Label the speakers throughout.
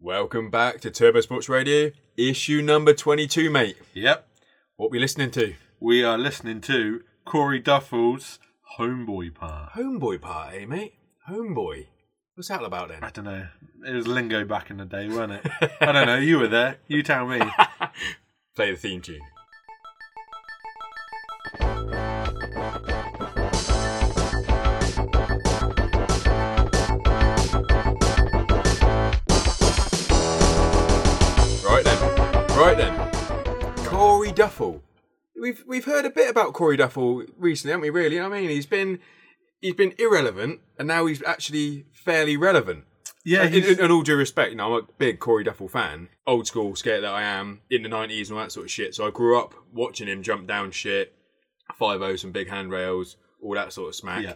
Speaker 1: Welcome back to Turbo Sports Radio, issue number 22, mate.
Speaker 2: Yep.
Speaker 1: What we listening to?
Speaker 2: We are listening to Corey Duffel's Homeboy Part.
Speaker 1: Homeboy party, mate. Homeboy. What's that all about then?
Speaker 2: I don't know. It was lingo back in the day, wasn't it? I don't know. You were there. You tell me.
Speaker 1: Play the theme tune. Right then, right then. Corey Duffel. We've we've heard a bit about Corey Duffel recently, haven't we? Really, You know what I mean, he's been he's been irrelevant, and now he's actually fairly relevant.
Speaker 2: Yeah,
Speaker 1: In,
Speaker 2: he's,
Speaker 1: in, in all due respect, you know, I'm a big Corey Duffel fan, old school skater that I am, in the 90s and all that sort of shit. So I grew up watching him jump down shit, 5 0s and big handrails, all that sort of smack.
Speaker 2: Yeah.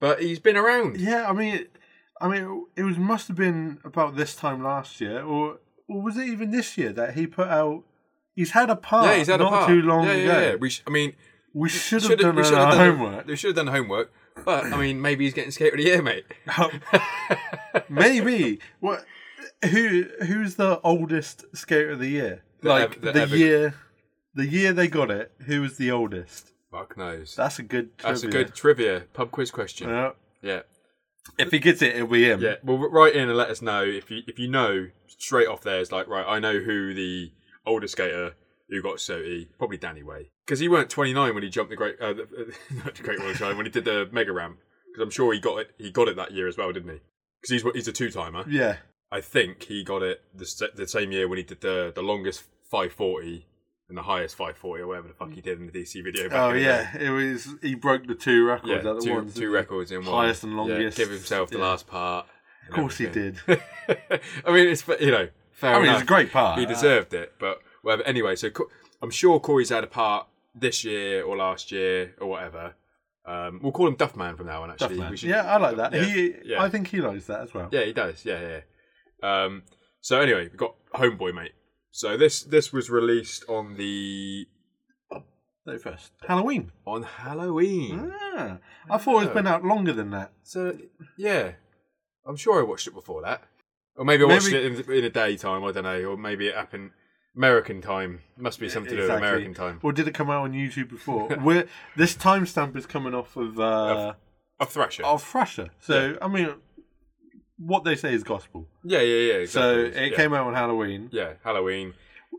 Speaker 1: But he's been around.
Speaker 2: yeah. I mean, I mean, it was must have been about this time last year, or or was it even this year that he put out? He's had a part.
Speaker 1: Yeah, he's had
Speaker 2: not
Speaker 1: a part.
Speaker 2: too long
Speaker 1: yeah,
Speaker 2: ago.
Speaker 1: yeah, yeah. We sh- I mean,
Speaker 2: We should have
Speaker 1: should
Speaker 2: done
Speaker 1: we
Speaker 2: our
Speaker 1: should have done
Speaker 2: homework.
Speaker 1: The, we should have done the homework. But, I mean, maybe he's getting skater of the year, mate.
Speaker 2: Um, Maybe. What? Who? Who's the oldest skater of the year?
Speaker 1: The
Speaker 2: like
Speaker 1: ev- the
Speaker 2: the,
Speaker 1: ever-
Speaker 2: year, the year they got it. Who was the oldest?
Speaker 1: Fuck knows.
Speaker 2: That's a good.
Speaker 1: That's a
Speaker 2: trivia.
Speaker 1: good trivia, pub quiz question.
Speaker 2: Yeah.
Speaker 1: yeah.
Speaker 2: If he gets it, it'll be him.
Speaker 1: Yeah, well, write in and let us know if you if you know straight off there. It's like right, I know who the older skater who got Soti, probably Danny Way, because he weren't 29 when he jumped the great, uh, the, not the great wall of China when he did the mega ramp. Because I'm sure he got it, he got it that year as well, didn't he? Because he's he's a two timer.
Speaker 2: Yeah.
Speaker 1: I think he got it the, s- the same year when he did the the longest 540 and the highest 540 or whatever the fuck he did in the DC video. Back
Speaker 2: Oh
Speaker 1: in the day.
Speaker 2: yeah. It was. He broke the two records.
Speaker 1: yeah,
Speaker 2: at the
Speaker 1: two,
Speaker 2: ones,
Speaker 1: two records in one,
Speaker 2: Highest and
Speaker 1: Yeah,
Speaker 2: longest.
Speaker 1: give himself the
Speaker 2: Yeah.
Speaker 1: last part.
Speaker 2: Of course he did.
Speaker 1: I mean, it's you know, fair
Speaker 2: I mean,
Speaker 1: enough.
Speaker 2: it's a great part.
Speaker 1: He deserved it, but whatever. Anyway, so Co- I'm sure Corey's had a part this year or last year or whatever. Um, we'll call him Duffman from now on. Actually,
Speaker 2: Definitely.
Speaker 1: We should-
Speaker 2: yeah, I like that.
Speaker 1: Yeah,
Speaker 2: he.
Speaker 1: yeah.
Speaker 2: I think he likes that as well.
Speaker 1: yeah, he does. Yeah, yeah. Um, so anyway, we've got Homeboy, mate. So this this was released on the
Speaker 2: They first. Halloween.
Speaker 1: on Halloween.
Speaker 2: Ah, I thought
Speaker 1: Oh.
Speaker 2: it's been out longer than that.
Speaker 1: So yeah, I'm sure I watched it before that, or maybe I watched
Speaker 2: Maybe-
Speaker 1: it in, in a daytime. I don't know, or maybe it happened American time. Must be something to do with
Speaker 2: Exactly.
Speaker 1: American time.
Speaker 2: Or did it come out on YouTube before? We're, this timestamp is coming off of uh,
Speaker 1: A Thrasher.
Speaker 2: of Thrasher. So I mean, what they say is gospel.
Speaker 1: Yeah, yeah, yeah. Exactly.
Speaker 2: So it
Speaker 1: yeah.
Speaker 2: came out on Halloween,
Speaker 1: Yeah, Halloween.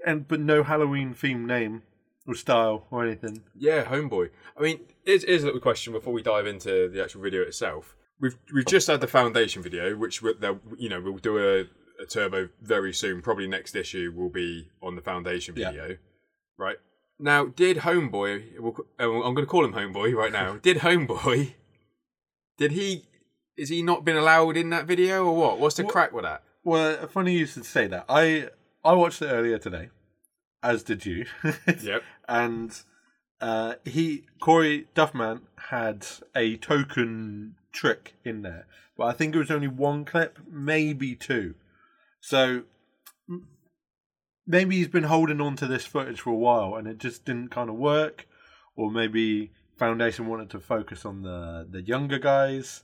Speaker 2: and but no Halloween themed name or style or anything.
Speaker 1: Yeah, Homeboy. I mean, here's, here's a little question before we dive into the actual video itself. We've we've just had the foundation video, which we there you know we'll do a, a turbo very soon. Probably next issue will be on the foundation
Speaker 2: Yeah.
Speaker 1: video, right? Now, did Homeboy? We'll, c- uh, I'm going to call him Homeboy right now. did Homeboy? Did he? Is he not been allowed in that video or what? What's the crack with that?
Speaker 2: Well, funny you should say that. I I watched it earlier today, as did you.
Speaker 1: Yep.
Speaker 2: and uh, he Corey Duffman had a token trick in there, but I think it was only one clip, maybe two. So m- maybe he's been holding on to this footage for a while, and it just didn't kind of work, or maybe Foundation wanted to focus on the the younger guys.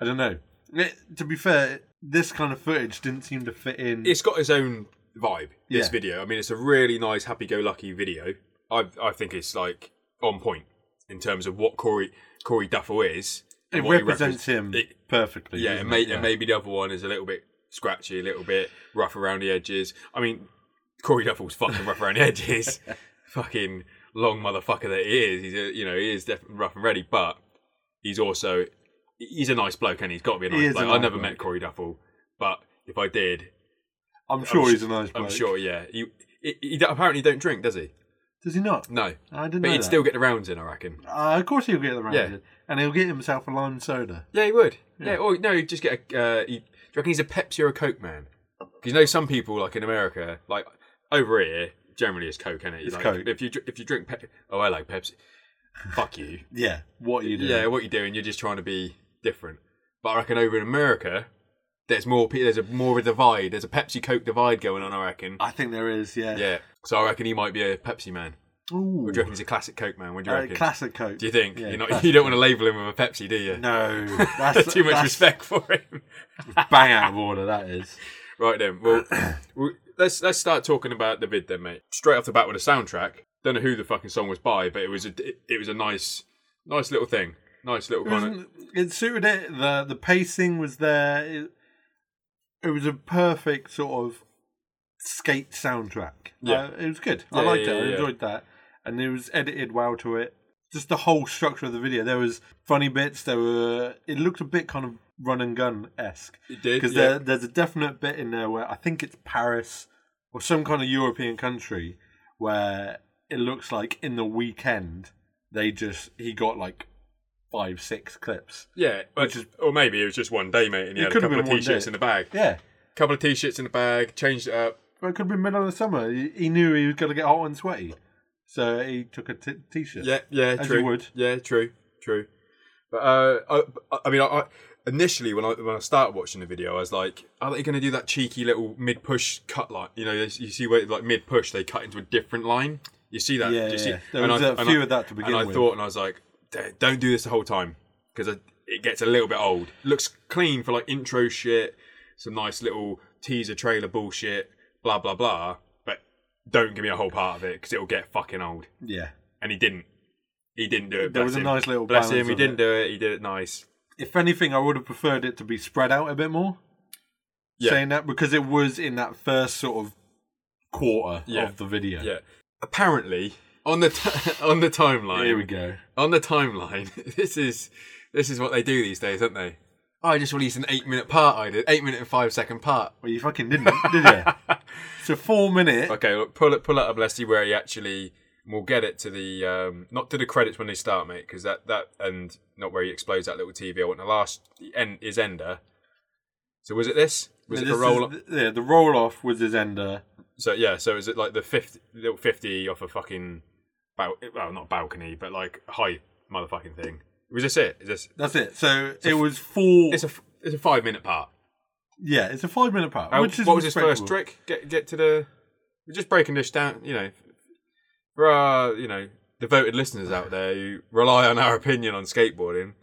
Speaker 2: I don't know. It, to be fair, this kind of footage didn't seem to fit in.
Speaker 1: it's got its own vibe. This
Speaker 2: Yeah.
Speaker 1: video, I mean, it's a really nice happy-go-lucky video. I I think it's like on point in terms of what Corey Corey Duffel is. and
Speaker 2: it
Speaker 1: what he
Speaker 2: represents
Speaker 1: repres-
Speaker 2: him
Speaker 1: It-
Speaker 2: perfectly.
Speaker 1: yeah,
Speaker 2: doesn't
Speaker 1: and, may,
Speaker 2: it?
Speaker 1: and maybe the other one is a little bit scratchy, a little bit rough around the edges. I mean, Corey Duffel's fucking rough around the edges. fucking long motherfucker that he is. He's a, you know he is definitely rough and ready, but he's also he's a nice bloke, and he's got to be a
Speaker 2: He
Speaker 1: nice
Speaker 2: is a
Speaker 1: bloke. I
Speaker 2: nice
Speaker 1: never
Speaker 2: bloke.
Speaker 1: met Corey Duffel, but if I did,
Speaker 2: I'm sure
Speaker 1: I'm
Speaker 2: he's a nice bloke.
Speaker 1: I'm sure, yeah. He, he, he don't- apparently don't drink, does he?
Speaker 2: Does he not?
Speaker 1: No,
Speaker 2: I didn't
Speaker 1: but
Speaker 2: know
Speaker 1: he'd
Speaker 2: that.
Speaker 1: still get the rounds in, I reckon.
Speaker 2: Uh, of course he'll get the round
Speaker 1: Yeah.
Speaker 2: in. and he'll get himself a lime soda.
Speaker 1: Yeah, he would. Yeah, or no, he'd just get a. Uh, he, do you reckon he's a Pepsi or a Coke man? 'Cause you know some people like in America, like over here, generally it's Coke, isn't it?
Speaker 2: It's
Speaker 1: like,
Speaker 2: Coke.
Speaker 1: If you dr- if you drink, Pe- oh, I like Pepsi. Fuck you.
Speaker 2: Yeah, what are you doing?
Speaker 1: Yeah, what you're doing, you're just trying to be different. But I reckon over in America, there's more. pe- There's a more of a divide. There's a Pepsi Coke divide going on. I reckon.
Speaker 2: I think there is. Yeah,
Speaker 1: Yeah. So I reckon he might be a Pepsi man.
Speaker 2: Ooh,
Speaker 1: What do you reckon he's a classic Coke man? What do you
Speaker 2: uh,
Speaker 1: reckon?
Speaker 2: classic Coke.
Speaker 1: Do you think?
Speaker 2: Yeah,
Speaker 1: You're not,
Speaker 2: classic
Speaker 1: you don't want to label him with a Pepsi, do you?
Speaker 2: No, that's
Speaker 1: Too much
Speaker 2: that's
Speaker 1: respect for him.
Speaker 2: Bang out of order. That is.
Speaker 1: Right then, well, we- let's let's start talking about the vid then, mate. Straight off the bat with a soundtrack. Don't know who the fucking song was by, but it was a it, it was a nice nice little thing, nice little
Speaker 2: It,
Speaker 1: kind of
Speaker 2: wasn't, it suited it. the The pacing was there. It, it was a perfect sort of skate soundtrack.
Speaker 1: Yeah.
Speaker 2: Uh, it was good. I
Speaker 1: Yeah,
Speaker 2: liked
Speaker 1: yeah,
Speaker 2: it. I
Speaker 1: yeah.
Speaker 2: enjoyed that, and it was edited well to it. Just the whole structure of the video. There was funny bits. There were. It looked a bit kind of run and gun esque.
Speaker 1: it did
Speaker 2: because
Speaker 1: yeah.
Speaker 2: there, there's a definite bit in there where I think it's Paris or some kind of European country where it looks like in the weekend they just he got like five six clips.
Speaker 1: yeah, which
Speaker 2: which is-
Speaker 1: or maybe it was just one day, mate, and he had a
Speaker 2: It could have
Speaker 1: couple of
Speaker 2: been one
Speaker 1: t-shirts
Speaker 2: day.
Speaker 1: in the bag,
Speaker 2: Yeah,
Speaker 1: couple of t-shirts in the bag, changed it up.
Speaker 2: but it could have been middle of the summer. He, he knew he was going to get hot and sweaty, so he took a t- t-shirt.
Speaker 1: Yeah, yeah,
Speaker 2: As
Speaker 1: true.
Speaker 2: you would.
Speaker 1: Yeah, true, true. But uh, I, I mean, I, I initially when I when I started watching the video, I was like, "Are they going to do that cheeky little mid push cut line?" You know, you see where like mid push they cut into a different line. You see that?
Speaker 2: Yeah,
Speaker 1: you see,
Speaker 2: yeah. There
Speaker 1: and
Speaker 2: was
Speaker 1: I-
Speaker 2: a
Speaker 1: and
Speaker 2: few
Speaker 1: I-
Speaker 2: of that to begin
Speaker 1: and I
Speaker 2: with.
Speaker 1: thought, and I was like, "Don't- "Don't do this the whole time because it gets a little bit old." Looks clean for like intro shit, some nice little teaser trailer bullshit, blah blah blah. But don't give me a whole part of it because it'll get fucking old
Speaker 2: yeah.
Speaker 1: and he didn't. He didn't do it.
Speaker 2: There
Speaker 1: bless
Speaker 2: was a
Speaker 1: him.
Speaker 2: nice little
Speaker 1: bless him.
Speaker 2: balance
Speaker 1: He
Speaker 2: of
Speaker 1: didn't
Speaker 2: it.
Speaker 1: do it. He did it nice.
Speaker 2: If anything, I would have preferred it to be spread out a bit more.
Speaker 1: Yeah.
Speaker 2: Saying that because it was in that first sort of quarter
Speaker 1: Yeah.
Speaker 2: of the video.
Speaker 1: Yeah. Apparently, on the t- on the timeline,
Speaker 2: Here we go.
Speaker 1: on the timeline, this is this is what they do these days, don't they? Oh, I just released an eight minute part. I did eight minute and five second part.
Speaker 2: Well, you fucking didn't, did you? So four minute.
Speaker 1: Okay, look, pull it pull it up. Let's see where he actually. We'll get it to the um, not to the credits when they start, mate, because that that and not where he explodes that little TV. I want the last the end is ender. So was it this? Was
Speaker 2: Now,
Speaker 1: it the
Speaker 2: this
Speaker 1: roll?
Speaker 2: is- yeah, the roll off was his uh, ender.
Speaker 1: So yeah, so is it like the fifty little fifty off a fucking bal- well, not balcony, but like high motherfucking thing? Was this it? Is this?
Speaker 2: That's it. So it was four.
Speaker 1: It's a f- it's a five minute part.
Speaker 2: yeah, it's a five minute part.
Speaker 1: How-
Speaker 2: which is
Speaker 1: Uh, what was his first
Speaker 2: respectable.
Speaker 1: trick? Get get to the. We're just breaking this down, you know, for our you know devoted listeners out there who rely on our opinion on skateboarding.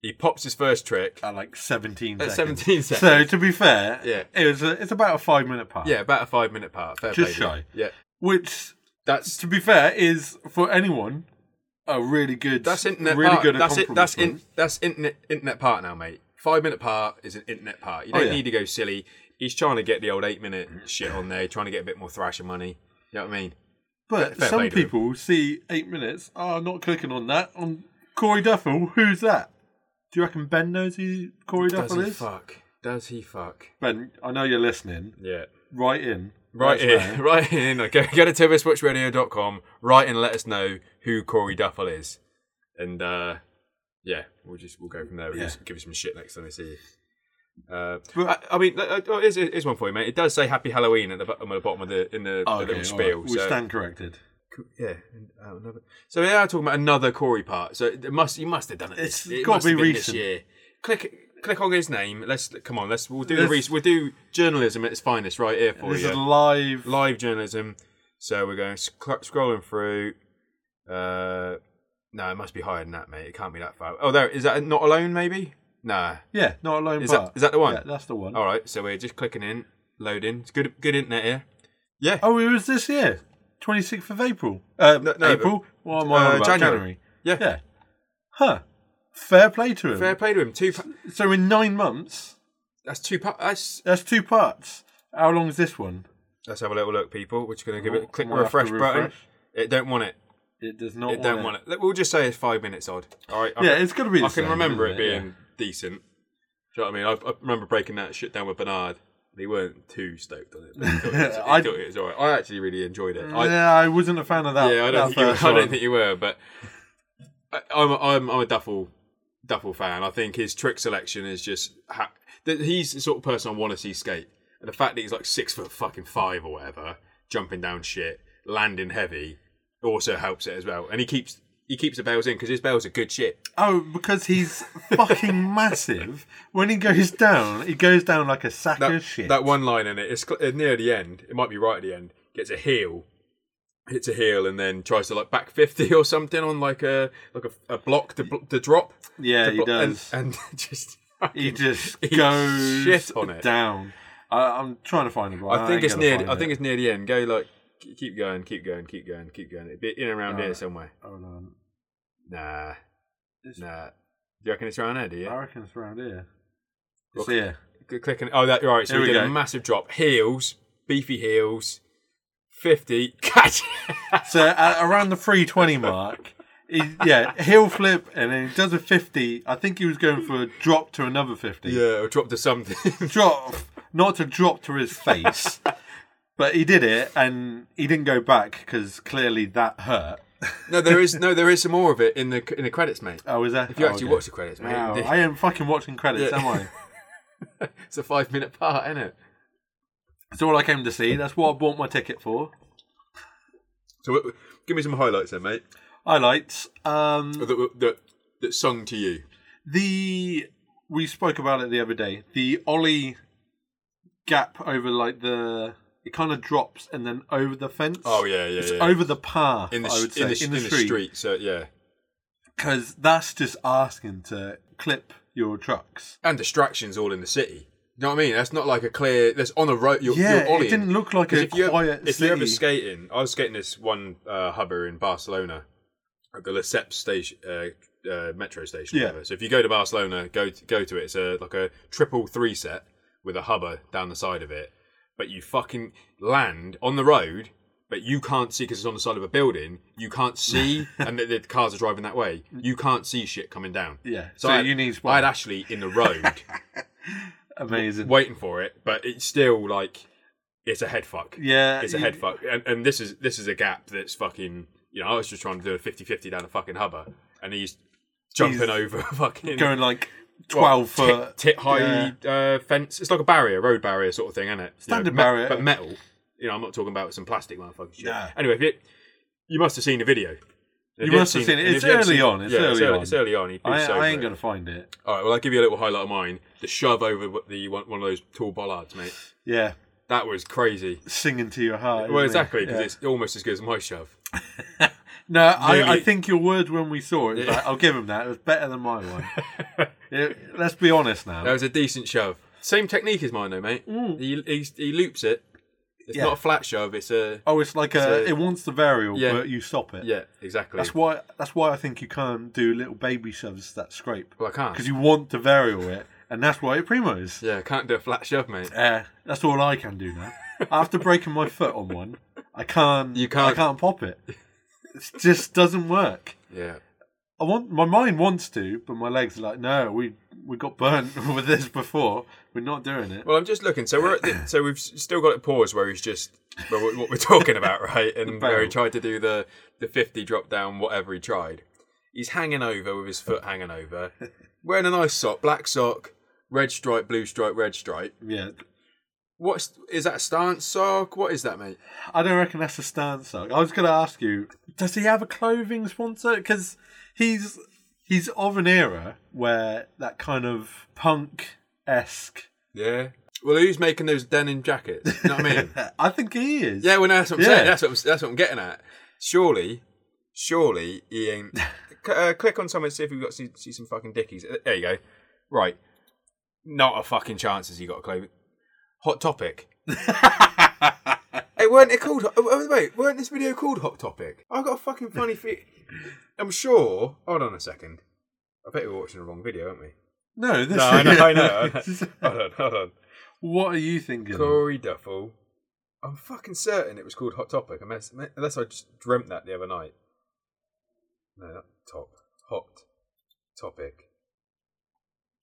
Speaker 1: He pops his first trick
Speaker 2: At like seventeen.
Speaker 1: at
Speaker 2: seconds.
Speaker 1: seventeen seconds.
Speaker 2: So to be fair,
Speaker 1: Yeah.
Speaker 2: it was. A, it's about a five minute part.
Speaker 1: yeah, about a five minute part. Fair
Speaker 2: Just
Speaker 1: play to
Speaker 2: shy.
Speaker 1: him. Yeah,
Speaker 2: Which,
Speaker 1: that's
Speaker 2: to be fair, is for anyone a really good.
Speaker 1: That's internet
Speaker 2: Really
Speaker 1: part.
Speaker 2: good.
Speaker 1: that's it. That's in,
Speaker 2: accomplishment.
Speaker 1: that's internet internet part now, mate. Five minute part is an internet part. You don't
Speaker 2: Oh, yeah.
Speaker 1: need to go silly. He's trying to get the old eight minute shit on there, trying to get a bit more thrasher money. You know what I mean?
Speaker 2: But
Speaker 1: fair
Speaker 2: some
Speaker 1: play to him.
Speaker 2: people see eight minutes. Oh, I'm not clicking on that. On Corey Duffel, who's that? Do you reckon Ben knows who Corey
Speaker 1: Does
Speaker 2: Duffel
Speaker 1: he
Speaker 2: is?
Speaker 1: fuck? Does he fuck?
Speaker 2: Ben, I know you're listening.
Speaker 1: Yeah.
Speaker 2: Write in.
Speaker 1: Right
Speaker 2: Let us
Speaker 1: in,
Speaker 2: know.
Speaker 1: right in. Okay, go to tibiswatchradio.com, write and let us know who Corey Duffel is. And uh yeah, we'll just we'll go from there. We'll
Speaker 2: Yeah.
Speaker 1: just give you some shit next time I see you. Uh,
Speaker 2: But-
Speaker 1: I, I mean, uh, uh, here's, here's one for you, mate. It does say "Happy Halloween" at the bottom, at the bottom of the in the,
Speaker 2: Oh,
Speaker 1: the little
Speaker 2: okay, all right.
Speaker 1: spiel.
Speaker 2: We
Speaker 1: So
Speaker 2: stand corrected.
Speaker 1: yeah, and, uh, another. So they are talking about another Corey part. So it must you must have done it.
Speaker 2: It's
Speaker 1: this, it
Speaker 2: gotta
Speaker 1: must
Speaker 2: be
Speaker 1: have been
Speaker 2: recent.
Speaker 1: this year. Click click on his name. Let's come on. Let's we'll do
Speaker 2: Let's-
Speaker 1: the research. We'll do journalism at its finest right here for
Speaker 2: this
Speaker 1: you
Speaker 2: is live.
Speaker 1: live journalism. So we're going sc- scrolling through. Uh, no, it must be higher than that, mate. It can't be that far. Oh, there is that. Not alone, maybe. Nah.
Speaker 2: Yeah, not alone.
Speaker 1: Is
Speaker 2: part.
Speaker 1: that is that the one? Oh.
Speaker 2: Yeah, that's the one.
Speaker 1: All right. So we're just clicking in, loading. It's good good internet here. Yeah.
Speaker 2: Oh, it was this year, 26th of April. Uh,
Speaker 1: No, no,
Speaker 2: April. What am I on
Speaker 1: uh,
Speaker 2: about?
Speaker 1: January. Yeah.
Speaker 2: Yeah. Huh. Fair play to him.
Speaker 1: Fair play to him. Two. Pa-
Speaker 2: So in nine months,
Speaker 1: that's two. Pa- that's.
Speaker 2: that's two parts. How long is this one?
Speaker 1: Let's have a little look, people. We're just going to give it
Speaker 2: Might
Speaker 1: click
Speaker 2: have to
Speaker 1: refresh, button.
Speaker 2: refresh.
Speaker 1: It don't want it.
Speaker 2: It does not.
Speaker 1: It don't want it. Look, We'll just say it's five minutes odd. All right. I
Speaker 2: Yeah,
Speaker 1: can-
Speaker 2: it's gonna be. The
Speaker 1: I can
Speaker 2: same,
Speaker 1: remember it
Speaker 2: isn't
Speaker 1: being decent. Do you know what I mean? I, I remember breaking that shit down with Bernard. They weren't too stoked on it. But he thought it was, he
Speaker 2: I-
Speaker 1: thought it was all right. I actually really enjoyed it.
Speaker 2: Yeah,
Speaker 1: I,
Speaker 2: yeah, I wasn't a fan of that.
Speaker 1: yeah, I don't,
Speaker 2: Mm. that
Speaker 1: think you,
Speaker 2: first
Speaker 1: I
Speaker 2: one.
Speaker 1: don't think you were, but I, I'm, a, I'm, I'm a Duffel Duffel fan. I think his trick selection is just ha- that he's the sort of person I want to see skate. And the fact that he's like six foot fucking five or whatever, jumping down shit, landing heavy, also helps it as well. And he keeps he keeps the bells in because his bells are good shit.
Speaker 2: Oh, because he's fucking massive. When he goes down, he goes down like a sack
Speaker 1: that,
Speaker 2: of shit.
Speaker 1: that one line in it, it's cl- near the end. It might be right at the end. Gets a heel, hits a heel, and then tries to like back fifty or something on like a like a, a block to, bl- to drop.
Speaker 2: yeah,
Speaker 1: to
Speaker 2: he
Speaker 1: blo-
Speaker 2: does.
Speaker 1: and, and just
Speaker 2: he just
Speaker 1: he
Speaker 2: goes
Speaker 1: shit on it.
Speaker 2: down. I, I'm trying to find it. but
Speaker 1: I think
Speaker 2: ain't
Speaker 1: it's
Speaker 2: gonna
Speaker 1: near.
Speaker 2: find
Speaker 1: I think
Speaker 2: it.
Speaker 1: it's near the end. Go like k- keep going, keep going, keep going, keep going. It'd be in and around here
Speaker 2: Alright.
Speaker 1: somewhere.
Speaker 2: Hold on.
Speaker 1: Nah,
Speaker 2: It's-
Speaker 1: nah. Do you reckon it's around there? Do you?
Speaker 2: I reckon it's around here. It's
Speaker 1: Look.
Speaker 2: here.
Speaker 1: Good clicking. Oh, that right. So
Speaker 2: Here
Speaker 1: we
Speaker 2: we
Speaker 1: did a
Speaker 2: go.
Speaker 1: massive drop. Heels, beefy heels. Fifty catch.
Speaker 2: So at around the 320 mark, he, yeah, heel flip and then he does a 50. I think he was going for a drop to another 50.
Speaker 1: yeah, or drop to something.
Speaker 2: Drop, not to drop to his face. but he did it and he didn't go back because clearly that hurt.
Speaker 1: no, there is no, there is some more of it in the in the credits, mate.
Speaker 2: Oh, was that?
Speaker 1: If you
Speaker 2: oh,
Speaker 1: actually
Speaker 2: okay.
Speaker 1: watch the credits, mate,
Speaker 2: Wow, I am fucking watching credits,
Speaker 1: Yeah.
Speaker 2: am I?
Speaker 1: it's a five minute part, isn't it?
Speaker 2: That's all I came to see. That's what I bought my ticket for.
Speaker 1: So w- w- give me some highlights, then, mate.
Speaker 2: Highlights. Um,
Speaker 1: That w- that that sung to you.
Speaker 2: The we spoke about it the other day. The Ollie gap over like the it kind of drops and then over the fence.
Speaker 1: Oh yeah, yeah,
Speaker 2: It's
Speaker 1: yeah.
Speaker 2: over the path.
Speaker 1: in the,
Speaker 2: I would
Speaker 1: sh-
Speaker 2: say
Speaker 1: in the, sh- in the street. So yeah,
Speaker 2: because that's just asking to clip your trucks.
Speaker 1: and distractions all in the city. You know what I mean? That's not like a clear. That's on a road. You're,
Speaker 2: Yeah,
Speaker 1: you're
Speaker 2: it
Speaker 1: ollieing.
Speaker 2: didn't look like
Speaker 1: 'Cause
Speaker 2: a
Speaker 1: if you
Speaker 2: quiet
Speaker 1: if
Speaker 2: city.
Speaker 1: you're ever skating, I was skating this one uh, hubber in Barcelona at the Lesseps station, uh, uh, metro station. or
Speaker 2: Yeah.
Speaker 1: Whatever. So if you go to Barcelona, go to, go to it. It's a like a triple three set with a hubber down the side of it, but you fucking land on the road. But you can't see because it's on the side of a building. You can't see, and the, the cars are driving that way. You can't see shit coming down.
Speaker 2: yeah, so,
Speaker 1: So, I,
Speaker 2: you need
Speaker 1: I
Speaker 2: spot.
Speaker 1: had Ashley in the road
Speaker 2: amazing.
Speaker 1: waiting for it, but it's still like it's a head fuck.
Speaker 2: yeah,
Speaker 1: It's a
Speaker 2: you-
Speaker 1: head fuck. And, and this is this is a gap that's fucking you know, I was just trying to do a 50-50 down a fucking hubber and he's jumping
Speaker 2: He's
Speaker 1: over a fucking
Speaker 2: Going like
Speaker 1: what,
Speaker 2: twelve foot.
Speaker 1: tit, tit high uh, fence. It's like a barrier, road barrier sort of thing, isn't it? You
Speaker 2: Standard
Speaker 1: me-
Speaker 2: barrier.
Speaker 1: But metal. You know, I'm not talking about some plastic motherfucking shit.
Speaker 2: Nah.
Speaker 1: Anyway, if you you must have seen the video. If
Speaker 2: You
Speaker 1: haven't
Speaker 2: must have seen it.
Speaker 1: and
Speaker 2: It's
Speaker 1: if you haven't
Speaker 2: early
Speaker 1: seen-
Speaker 2: on, it's
Speaker 1: yeah,
Speaker 2: early on.
Speaker 1: It's early on. He
Speaker 2: I,
Speaker 1: poofs over
Speaker 2: I ain't
Speaker 1: it.
Speaker 2: gonna find it.
Speaker 1: All right, well, I'll give you a little highlight of mine. The shove over the one, one of those tall bollards, mate.
Speaker 2: Yeah,
Speaker 1: That was crazy.
Speaker 2: singing to your heart.
Speaker 1: Well,
Speaker 2: isn't it?
Speaker 1: exactly, because
Speaker 2: Yeah.
Speaker 1: it's almost as good as my shove.
Speaker 2: No, I, I
Speaker 1: Nearly.
Speaker 2: think your word when we saw it, was like, I'll give him that. It was better than my one. Yeah, let's be honest
Speaker 1: That
Speaker 2: now.
Speaker 1: was a decent shove. Same technique as mine, though, mate. He, he, he loops it. It's
Speaker 2: Mm. Yeah.
Speaker 1: not a flat shove, it's a.
Speaker 2: Oh, it's like a,
Speaker 1: So-
Speaker 2: it wants the variable,
Speaker 1: Yeah.
Speaker 2: but you stop it.
Speaker 1: Yeah, exactly.
Speaker 2: That's why. That's why I think you can't do little baby shoves that scrape
Speaker 1: well, I can't.
Speaker 2: because you want to variable it, and that's why it primos.
Speaker 1: Yeah, I can't do a flat shove, mate.
Speaker 2: Uh, that's all I can do now. After breaking my foot on one, I can't.
Speaker 1: You can't-
Speaker 2: I can't pop it. It just doesn't work.
Speaker 1: Yeah.
Speaker 2: I want my mind wants to, but my legs are like, no, we we got burnt with this before. We're not doing it.
Speaker 1: Well, I'm just looking. So we're at the, so we've s- still got a pause where he's just where, we- what we're talking about, right? And where he
Speaker 2: barrel.
Speaker 1: tried to do the the 50 drop down, whatever he tried. He's hanging over with his foot hanging over, wearing a nice sock, black sock, red stripe, blue stripe, red stripe.
Speaker 2: Yeah,
Speaker 1: What's is that a stance sock? What is that, mate?
Speaker 2: I don't reckon that's a stance sock. I was going to ask you, does he have a clothing sponsor? Because he's he's of an era where that kind of punk esque.
Speaker 1: Yeah. Well, who's making those denim jackets? You know what I mean?
Speaker 2: I think he is.
Speaker 1: yeah. Well, that's what I'm
Speaker 2: Yeah.
Speaker 1: saying. That's what I'm, that's what I'm getting at. Surely, surely he ain't. C- uh, click on something. See if we've got see, see some fucking dickies. Uh, There you go. Right. Not a fucking chance has he got a clothing. Hot topic. Hey, weren't it called? oh, oh, Wait, weren't this video called Hot Topic? I got a fucking funny feet. I'm sure. Hold on a second. I bet we're watching the wrong video, aren't we?
Speaker 2: no, this
Speaker 1: No, I know, I know. I know. Hold on, hold on.
Speaker 2: what are you thinking?
Speaker 1: Corey Duffel. I'm fucking certain it was called Hot Topic, unless unless I just dreamt that the other night. No, not top. Hot topic.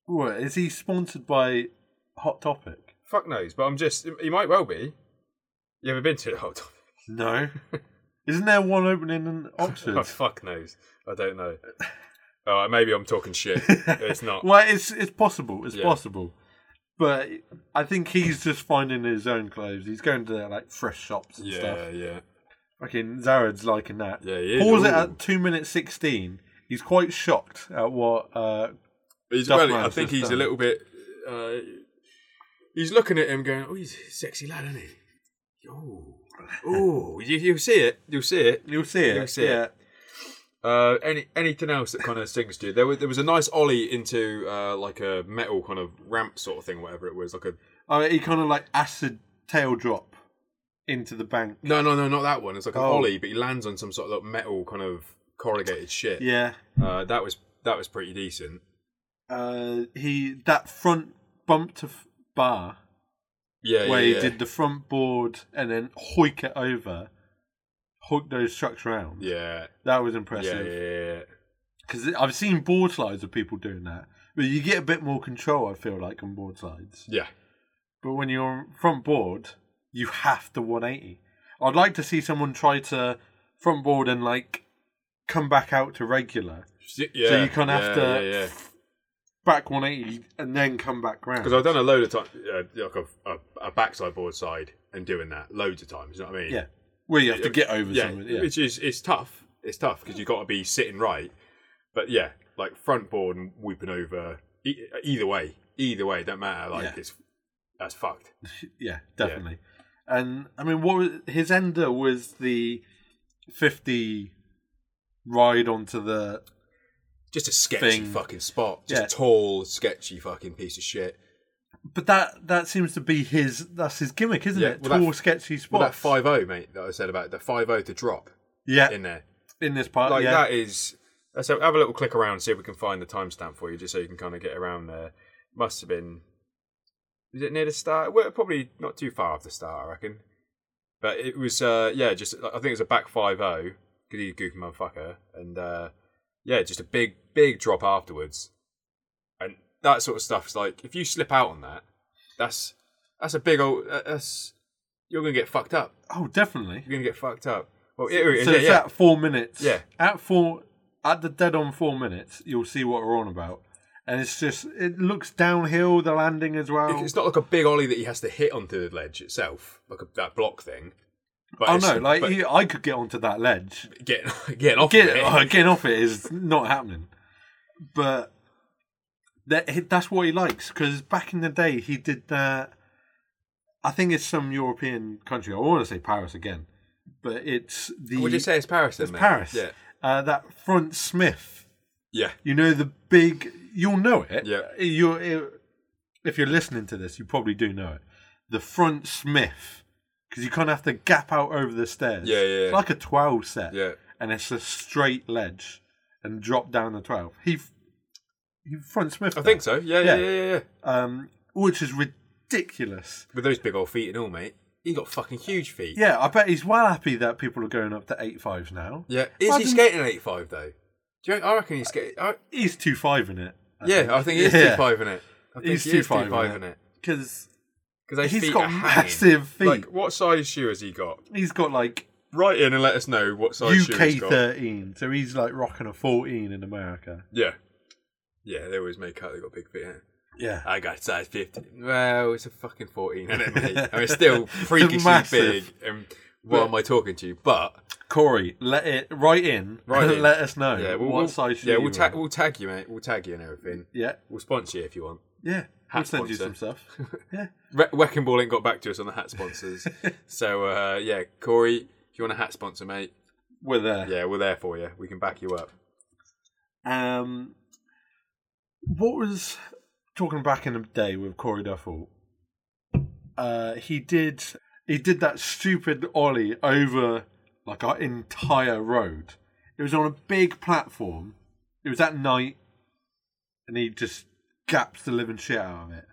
Speaker 2: What is he sponsored by? Hot Topic?
Speaker 1: Fuck knows, but I'm just. He might well be. You ever been to the Hot Topic?
Speaker 2: No. Isn't there one opening in
Speaker 1: Oh,
Speaker 2: Oxford?
Speaker 1: fuck knows. I don't know. All right, maybe I'm talking shit. It's not.
Speaker 2: well, it's it's possible. It's
Speaker 1: Yeah.
Speaker 2: possible. But I think he's just finding his own clothes. He's going to like fresh shops and stuff.
Speaker 1: yeah, yeah,
Speaker 2: Fucking Zared's liking that.
Speaker 1: yeah. He is.
Speaker 2: Pause it
Speaker 1: Ooh.
Speaker 2: at two minutes sixteen. He's quite shocked at what. Uh,
Speaker 1: He's,
Speaker 2: Duff
Speaker 1: well, I
Speaker 2: Man's
Speaker 1: think
Speaker 2: just
Speaker 1: he's a
Speaker 2: done.
Speaker 1: little bit. Uh, he's looking at him, going, "Oh, he's a sexy lad, isn't he? Oh, oh, you, you'll see it. You'll see it."
Speaker 2: you'll see it.
Speaker 1: You'll see it.
Speaker 2: yeah.
Speaker 1: Uh, any anything else that kind of sings to you? There was there was a nice ollie into uh, like a metal kind of ramp sort of thing, whatever it was, like a
Speaker 2: I mean, he kind of like acid tail drop into the bank.
Speaker 1: No, no, no, not that one. It's like an
Speaker 2: Oh.
Speaker 1: ollie, but he lands on some sort of like metal kind of corrugated shit.
Speaker 2: Yeah.
Speaker 1: Uh, that was that was pretty decent.
Speaker 2: Uh, he that front bump to f- bar
Speaker 1: Yeah,
Speaker 2: where
Speaker 1: yeah,
Speaker 2: he
Speaker 1: yeah.
Speaker 2: did the front board and then hoik it over, hoik those trucks round.
Speaker 1: yeah,
Speaker 2: That was
Speaker 1: yeah, yeah,
Speaker 2: impressive
Speaker 1: yeah.
Speaker 2: because I've seen board slides of people doing that, but you get a bit more control. I feel like on board slides,
Speaker 1: yeah.
Speaker 2: but when you're on front board, you have to 180. I'd like to see someone try to front board and like come back out to regular
Speaker 1: Yeah, yeah.
Speaker 2: so you kind of have
Speaker 1: yeah,
Speaker 2: to
Speaker 1: yeah.
Speaker 2: back 180 and then come back round.
Speaker 1: Because I've done a load of time, uh, like a, a, a backside board side, and doing that loads of times. You know what I mean?
Speaker 2: Yeah. Where you have to get over
Speaker 1: yeah.
Speaker 2: something. Yeah.
Speaker 1: Which is it's tough. It's tough because you've got to be sitting right. But yeah, like front board and weeping over. E- either way, either way, don't matter. Like
Speaker 2: Yeah.
Speaker 1: it's that's fucked.
Speaker 2: yeah, definitely. And I mean, what was, his ender was the 50 ride onto the.
Speaker 1: Just a sketchy
Speaker 2: Thing.
Speaker 1: fucking spot. Just
Speaker 2: Yeah.
Speaker 1: tall, sketchy fucking piece of shit.
Speaker 2: But that that seems to be his. That's his gimmick, isn't
Speaker 1: Yeah,
Speaker 2: it?
Speaker 1: well, that-
Speaker 2: Tall, sketchy
Speaker 1: Well,
Speaker 2: spots.
Speaker 1: that five zero, mate, that I said about the five zero to drop
Speaker 2: yeah, in,
Speaker 1: in there.
Speaker 2: this part.
Speaker 1: like
Speaker 2: Oh, yeah.
Speaker 1: that is let's have, have a little click around see if we can find the timestamp for you just so you can kind of get around there must have been is it near the start well probably not too far off the start i reckon but it was uh yeah just i think it was a back 5-0 because he's a goofy motherfucker and uh yeah just a big big drop afterwards and that sort of stuff is like if you slip out on that that's that's a big old uh, that's you're gonna get fucked up
Speaker 2: Oh, definitely.
Speaker 1: you're gonna get fucked up well here it is
Speaker 2: So
Speaker 1: yeah,
Speaker 2: it's
Speaker 1: yeah.
Speaker 2: at four minutes.
Speaker 1: Yeah.
Speaker 2: At four, at the dead on four minutes, you'll see what we're on about. And it's just, it looks downhill, the landing as well.
Speaker 1: It's not like a big ollie that he has to hit onto the ledge itself, like a, that block thing. But
Speaker 2: oh
Speaker 1: it's-
Speaker 2: no, like
Speaker 1: but
Speaker 2: he, I could get onto that ledge.
Speaker 1: getting getting off
Speaker 2: Get,
Speaker 1: of it.
Speaker 2: oh, getting off it is not happening. But that, that's what he likes because back in the day he did that. I think it's some European country. I want to say Paris again, but it's the
Speaker 1: Would you say it's Paris? Then,
Speaker 2: it's
Speaker 1: mate?
Speaker 2: Paris.
Speaker 1: Yeah,
Speaker 2: uh, that front Smith.
Speaker 1: yeah,
Speaker 2: You know the big. You'll know it.
Speaker 1: Yeah.
Speaker 2: You if you're listening to this, you probably do know it. The front Smith, because you kind of have to gap out over the stairs.
Speaker 1: Yeah, yeah,
Speaker 2: It's
Speaker 1: yeah.
Speaker 2: like a twelve set.
Speaker 1: yeah.
Speaker 2: And it's a straight ledge, and drop down the twelve. He, f- he front Smith.
Speaker 1: I think so. Yeah, yeah, yeah,
Speaker 2: Yeah.
Speaker 1: yeah. yeah.
Speaker 2: Um, which is ridiculous.
Speaker 1: With those big old feet and all, mate, he got fucking huge feet.
Speaker 2: Yeah, I bet he's well happy that people are going up to eight fives now.
Speaker 1: yeah. Is he
Speaker 2: Imagine-
Speaker 1: skating eight five though? Do you, I reckon he's skating. I,
Speaker 2: He's two five in it.
Speaker 1: yeah, I think he's
Speaker 2: Yeah.
Speaker 1: two five in it. I think
Speaker 2: He's
Speaker 1: he is
Speaker 2: 2.5
Speaker 1: two
Speaker 2: in
Speaker 1: five
Speaker 2: it.
Speaker 1: in it
Speaker 2: because
Speaker 1: because
Speaker 2: he's
Speaker 1: feet
Speaker 2: got
Speaker 1: are hanging.
Speaker 2: massive feet.
Speaker 1: Like, what size shoe has he got?
Speaker 2: he's got like
Speaker 1: Write in and let us know what size shoe he's
Speaker 2: UK
Speaker 1: got.
Speaker 2: 13. So he's like rocking a 14 in America.
Speaker 1: Yeah, yeah. They always make out they got big feet. Huh?
Speaker 2: Yeah.
Speaker 1: I got size 15. Well, it's a fucking 14, isn't it, mate? I mean, it's still freakishly big.
Speaker 2: Massive.
Speaker 1: Um, what am I talking to? you? But,
Speaker 2: Corey, let it right in.
Speaker 1: Write
Speaker 2: and
Speaker 1: in.
Speaker 2: Let us know.
Speaker 1: yeah, we'll,
Speaker 2: Oh, what
Speaker 1: we'll-
Speaker 2: size shoe
Speaker 1: yeah,
Speaker 2: you
Speaker 1: we'll, ta-
Speaker 2: want.
Speaker 1: we'll tag you, mate. We'll tag you and everything.
Speaker 2: Yeah.
Speaker 1: We'll sponsor you if you want.
Speaker 2: Yeah. We'll
Speaker 1: Hat
Speaker 2: send you some
Speaker 1: sponsor.
Speaker 2: stuff. yeah.
Speaker 1: Re- Wrecking Ball ain't got back to us on the hat sponsors. so, uh, yeah, Corey, if you want a hat sponsor, mate,
Speaker 2: We're there.
Speaker 1: yeah, we're there for you. We can back you up.
Speaker 2: Um, what was talking back in the day with Corey Duffel? Uh, he did he did that stupid ollie over like our entire road. It was on a big platform. It was at night, and he just gaps the living shit out of it.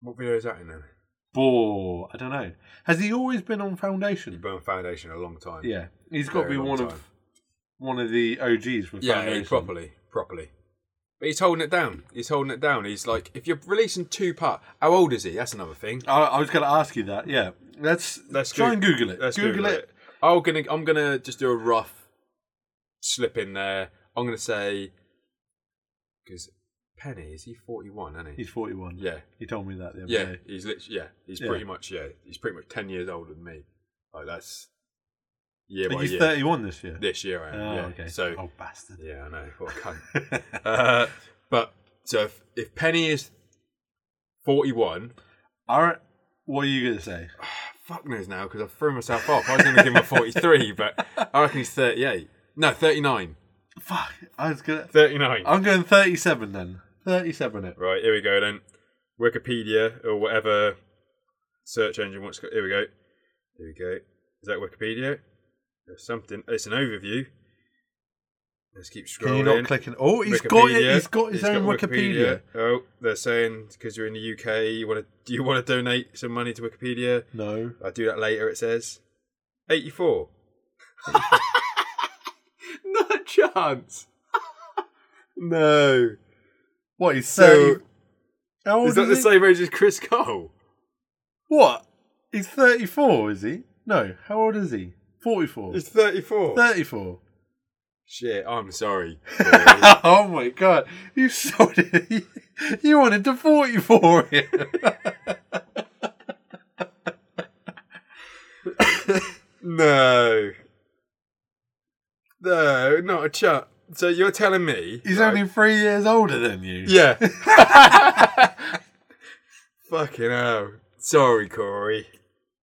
Speaker 1: What video is that in then?
Speaker 2: Bore, I don't know. Has he always been on
Speaker 1: You've
Speaker 2: Foundation?
Speaker 1: been on Foundation a long time.
Speaker 2: Yeah, he's got to
Speaker 1: Very
Speaker 2: be
Speaker 1: long
Speaker 2: one
Speaker 1: time.
Speaker 2: of one of the OGs with
Speaker 1: Yeah,
Speaker 2: Foundation.
Speaker 1: properly, properly. But he's holding it down. He's holding it down. He's like, if you're releasing two part, how old is he? That's another thing.
Speaker 2: I, I was going to ask you that. Yeah, let's
Speaker 1: Let's
Speaker 2: let's try
Speaker 1: Goo-
Speaker 2: and Google it.
Speaker 1: Let's Google, it. I'm gonna I'm gonna just do a rough slip in there. I'm gonna say because Penny is he 41, isn't he?
Speaker 2: He's forty-one.
Speaker 1: yeah,
Speaker 2: he told me that the other
Speaker 1: yeah.
Speaker 2: day.
Speaker 1: He's literally yeah. He's
Speaker 2: Yeah.
Speaker 1: pretty much yeah. He's pretty much 10 years older than me. Like that's year
Speaker 2: But
Speaker 1: by
Speaker 2: he's
Speaker 1: year.
Speaker 2: thirty-one this year.
Speaker 1: This year I am.
Speaker 2: Oh,
Speaker 1: yeah.
Speaker 2: okay.
Speaker 1: So
Speaker 2: oh, bastard.
Speaker 1: yeah, I know what a cunt. uh, but so if, if Penny is 41,
Speaker 2: All right, what are you going to say?
Speaker 1: fuck knows now because I threw myself off. I was going to give him a 43, but I reckon he's 38. No, Oh. 39.
Speaker 2: Fuck, I was going. to
Speaker 1: 39.
Speaker 2: I'm going thirty-seven then. Thirty-seven. It.
Speaker 1: Right, here we go then. Wikipedia or whatever search engine wants. Here we go. Here we go. Is that Wikipedia? There's something. It's an overview. Let's keep scrolling.
Speaker 2: Can you not click? on- Oh, he's got it. He's got his own
Speaker 1: got
Speaker 2: Wikipedia.
Speaker 1: Oh, they're saying because you're in the UK, you want to. Do you want to donate some money to Wikipedia?
Speaker 2: No.
Speaker 1: I'll do that later. It says eighty-four. not a chance. no.
Speaker 2: What he's
Speaker 1: So-
Speaker 2: thirty? How old
Speaker 1: Is that the
Speaker 2: he?
Speaker 1: same age as Chris Cole?
Speaker 2: What? He's thirty-four, is he? No. How old is he? Forty-four.
Speaker 1: He's thirty-four.
Speaker 2: Thirty-four.
Speaker 1: Shit, I'm sorry.
Speaker 2: oh my god! You sold it. You wanted to forty-four him.
Speaker 1: no. No, not a chance. So you're telling me
Speaker 2: He's
Speaker 1: right,
Speaker 2: only three years older than you.
Speaker 1: Yeah. Fucking hell. Sorry, Corey.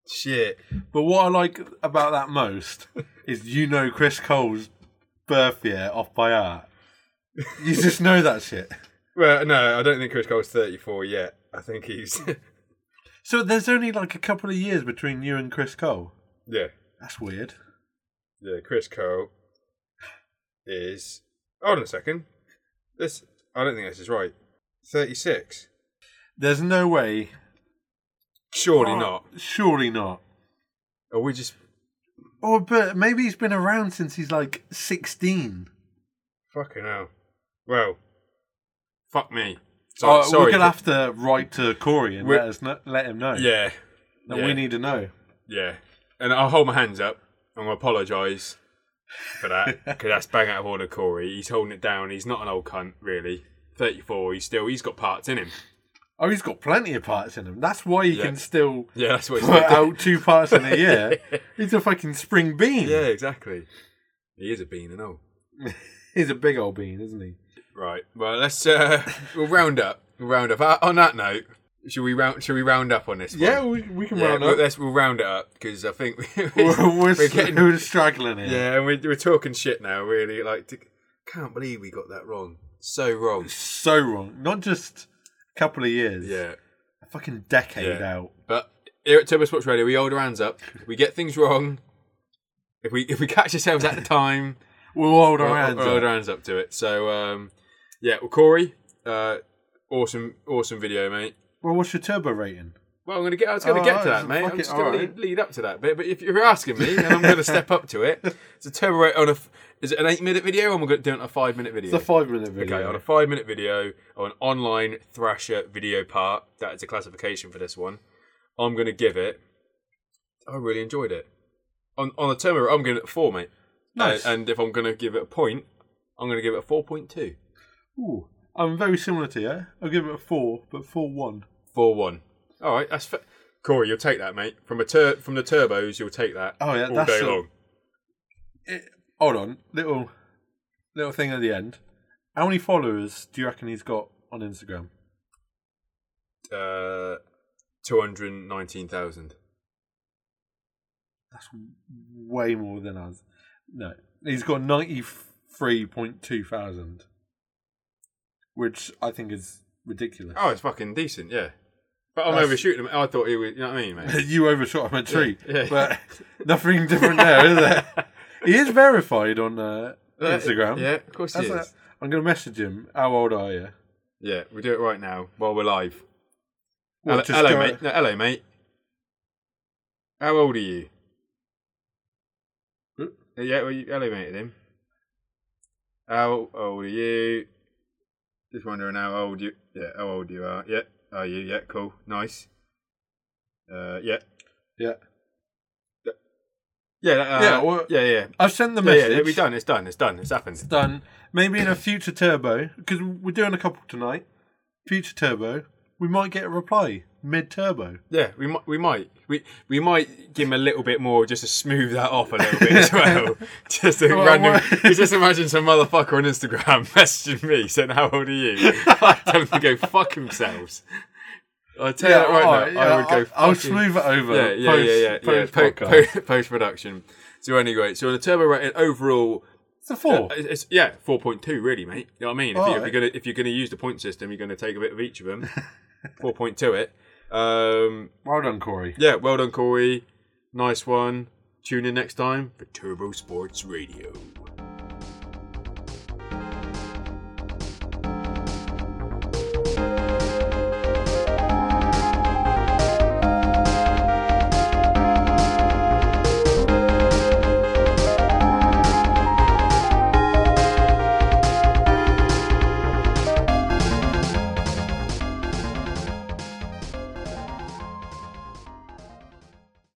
Speaker 1: Shit.
Speaker 2: But what I like about that most is you know Chris Cole's birth year off by heart. You just know that shit.
Speaker 1: Well, no, I don't think Chris Cole's 34 yet. I think he's.
Speaker 2: So there's only like a couple of years between you and Chris Cole.
Speaker 1: yeah.
Speaker 2: That's weird.
Speaker 1: Yeah, Chris Cole is. Hold on a second. This. I don't think this is right. 36.
Speaker 2: There's no way.
Speaker 1: Surely not.
Speaker 2: Surely not.
Speaker 1: Are we just.
Speaker 2: Or but maybe he's been around since he's like 16.
Speaker 1: Fucking hell. Well. Fuck me. So,
Speaker 2: Oh,
Speaker 1: sorry.
Speaker 2: We're gonna have to write to Corey and
Speaker 1: We're-
Speaker 2: let us know, let him know
Speaker 1: yeah.
Speaker 2: that
Speaker 1: yeah.
Speaker 2: we need to know.
Speaker 1: Yeah, and I'll hold my hands up. I'm gonna apologise for that because that's bang out of order, Corey. He's holding it down. He's not an old cunt, really. 34. He's still. He's got parts in him.
Speaker 2: Oh, he's got plenty of parts in him. That's why he
Speaker 1: Yeah.
Speaker 2: can still
Speaker 1: Yeah, that's what he's
Speaker 2: put out two parts in a year. He's a fucking spring bean.
Speaker 1: Yeah, exactly. He is a bean and all.
Speaker 2: He's a big old bean, isn't he?
Speaker 1: Right. Well, let's. Uh, we'll round up. We'll round up. Uh, on that note, should we round? Should we round up on this? One?
Speaker 2: we, we can
Speaker 1: Yeah, well, let's we'll round it up because I think
Speaker 2: We're, we're,
Speaker 1: we're
Speaker 2: we
Speaker 1: getting
Speaker 2: we're struggling here.
Speaker 1: Yeah, and we're, we're talking shit now, really. Like, t- can't believe we got that wrong. So wrong.
Speaker 2: So wrong. Not just a couple of years.
Speaker 1: Yeah.
Speaker 2: A fucking decade
Speaker 1: Yeah.
Speaker 2: out.
Speaker 1: But here at Turbo Sports Radio, we hold our hands up. If we get things wrong, if we if we catch ourselves at the time,
Speaker 2: We'll hold
Speaker 1: we'll,
Speaker 2: our
Speaker 1: we'll
Speaker 2: hands up.
Speaker 1: hold our hands up to it. So, um, yeah, well, Corey, uh, awesome, awesome video, mate.
Speaker 2: Well, what's your turbo rating?
Speaker 1: Well, I'm gonna get. I was gonna
Speaker 2: Oh,
Speaker 1: get to
Speaker 2: alright,
Speaker 1: that,
Speaker 2: so
Speaker 1: mate.
Speaker 2: fuck
Speaker 1: I'm
Speaker 2: it,
Speaker 1: just gonna
Speaker 2: alright.
Speaker 1: lead, lead up to that bit. But if you're asking me, then I'm gonna step up to it. It's a turbo rate on a. f- Is it an eight-minute video? Or am I gonna do it on a five-minute video?
Speaker 2: It's a five minute video.
Speaker 1: Okay, on a five minute video, on an online Thrasher video part, that is the classification for this one. I'm going to give it. I really enjoyed it. On on the term, I'm giving it a four, mate.
Speaker 2: Nice.
Speaker 1: Uh, and if I'm going to give it a point, I'm going to give it a 4.2.
Speaker 2: Ooh, I'm very similar to you. I'll give it a four, but four one.
Speaker 1: 4 1. All right, that's fair. Corey, you'll take that, mate. From a tur- from the turbos, you'll take that.
Speaker 2: Oh, yeah,
Speaker 1: all
Speaker 2: that's
Speaker 1: day
Speaker 2: a-
Speaker 1: long.
Speaker 2: It, hold on, little little thing at the end. How many followers do you reckon he's got on Instagram?
Speaker 1: Uh, Two hundred nineteen thousand.
Speaker 2: That's way more than us. No, he's got ninety three point two thousand, which I think is ridiculous.
Speaker 1: Oh, it's fucking decent, yeah. But I'm
Speaker 2: That's-
Speaker 1: overshooting him. I thought he was. You know what I mean, mate?
Speaker 2: you overshot him a tree,
Speaker 1: yeah.
Speaker 2: but nothing different there, is there? He is verified on uh, Instagram.
Speaker 1: Yeah, of course
Speaker 2: That's
Speaker 1: he is.
Speaker 2: a- I'm going to message him. How old are you?
Speaker 1: Yeah, we do it right now while we're live.
Speaker 2: Well,
Speaker 1: hello,
Speaker 2: just
Speaker 1: hello,
Speaker 2: go-
Speaker 1: mate. No, hello, mate. How old are you? Uh,
Speaker 2: Hmm?
Speaker 1: Yeah, well, you, hello, mate. Then. How old are you? Just wondering how old you. Yeah, how old you are. Yeah, are you? Yeah, cool, nice. Uh, yeah,
Speaker 2: Yeah.
Speaker 1: yeah, that- uh,
Speaker 2: Yeah, well-
Speaker 1: yeah, yeah.
Speaker 2: I've sent the
Speaker 1: Yeah, yeah,
Speaker 2: message.
Speaker 1: we're done. It's done. It's done. It's happened.
Speaker 2: done. Maybe in a future turbo, because we're doing a couple tonight. Future turbo, we might get a reply mid turbo.
Speaker 1: Yeah, we might, we might, we we might give him a little bit more just to smooth that off a little bit as well. just a
Speaker 2: Well,
Speaker 1: random.
Speaker 2: what-
Speaker 1: you Just imagine some motherfucker on Instagram messaging me saying, "How old are you?" I tell them to go fuck themselves. I tell you that right now, I would go.
Speaker 2: oh, I'll,
Speaker 1: fucking-
Speaker 2: smooth it over.
Speaker 1: Yeah, yeah,
Speaker 2: post,
Speaker 1: yeah, yeah,
Speaker 2: Post
Speaker 1: yeah.
Speaker 2: podcast.
Speaker 1: Post production. So anyway, so on the turbo rating overall, uh,
Speaker 2: it's a four.
Speaker 1: it's, it's- yeah, four point two really, mate. You know what I mean? If, you, if
Speaker 2: Alright.
Speaker 1: you're gonna if you're gonna use the point system, you're gonna take a bit of each of them. Four point to it. Um,
Speaker 2: Well done, Corey.
Speaker 1: yeah, well done, Corey. Nice one. Tune in next time for Turbo Sports Radio.